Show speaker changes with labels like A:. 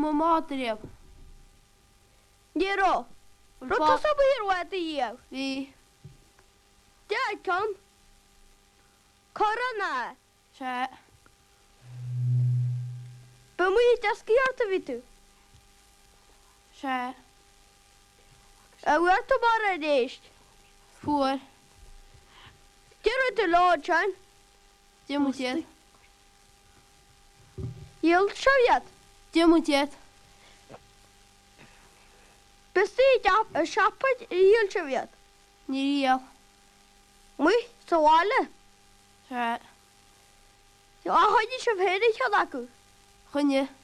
A: Má mátar éh
B: Díró Ruta sa bhíhhaide díobh
A: hí
B: Deid chun Corna
A: se
B: ba mu deascíarta ví tú
A: se
B: a bhhuiirta mar a rééist
A: fuair
B: Díró tú látein
A: Dimutéad
B: Díal sead
A: Dimutéad
B: Bestí deap a seapaid díal sead
A: nííal
B: mu soáile
A: se
B: áhaidí se bhéidir chead acu
A: chunne